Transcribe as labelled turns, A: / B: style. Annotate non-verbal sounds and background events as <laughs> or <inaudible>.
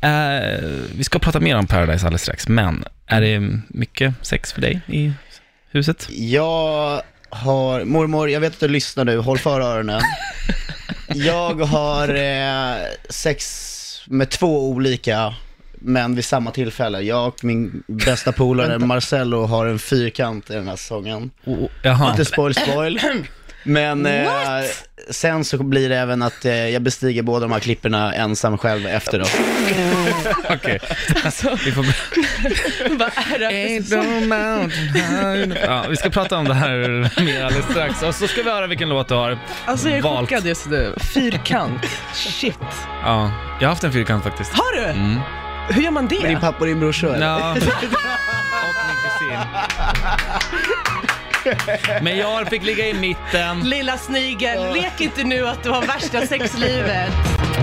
A: eh, vi ska prata mer om Paradise alldeles strax, men är det mycket sex för dig i huset?
B: Jag har, mormor, jag vet att du lyssnar nu, håll för öronen. Jag har eh, sex med två olika män vid samma tillfälle. Jag och min bästa polare Marcello har en fyrkant i den här säsongen.
A: Oh, jaha.
B: Inte spoil spoil. Men eh, sen så blir det även att eh, jag bestiger båda de här klipporna ensam själv efteråt.
A: <laughs> Okej. Alltså, <laughs> Vi får...
C: <laughs> Vad är det för
A: Ain't no mountain high- ja, vi ska prata om det här mer alldeles strax. Och så ska vi höra vilken låt du har.
C: Alltså jag är
A: Valt.
C: chockad just nu. Fyrkant. Shit.
A: Ja, jag har haft en fyrkant faktiskt.
C: Har du?
A: Mm.
C: Hur gör man
B: Med din
C: det?
B: pappa och din brorsa eller?
A: <laughs> Ja. Och min kusin. Men jag fick ligga i mitten.
C: Lilla snigel, lek inte nu att du har värsta sexlivet.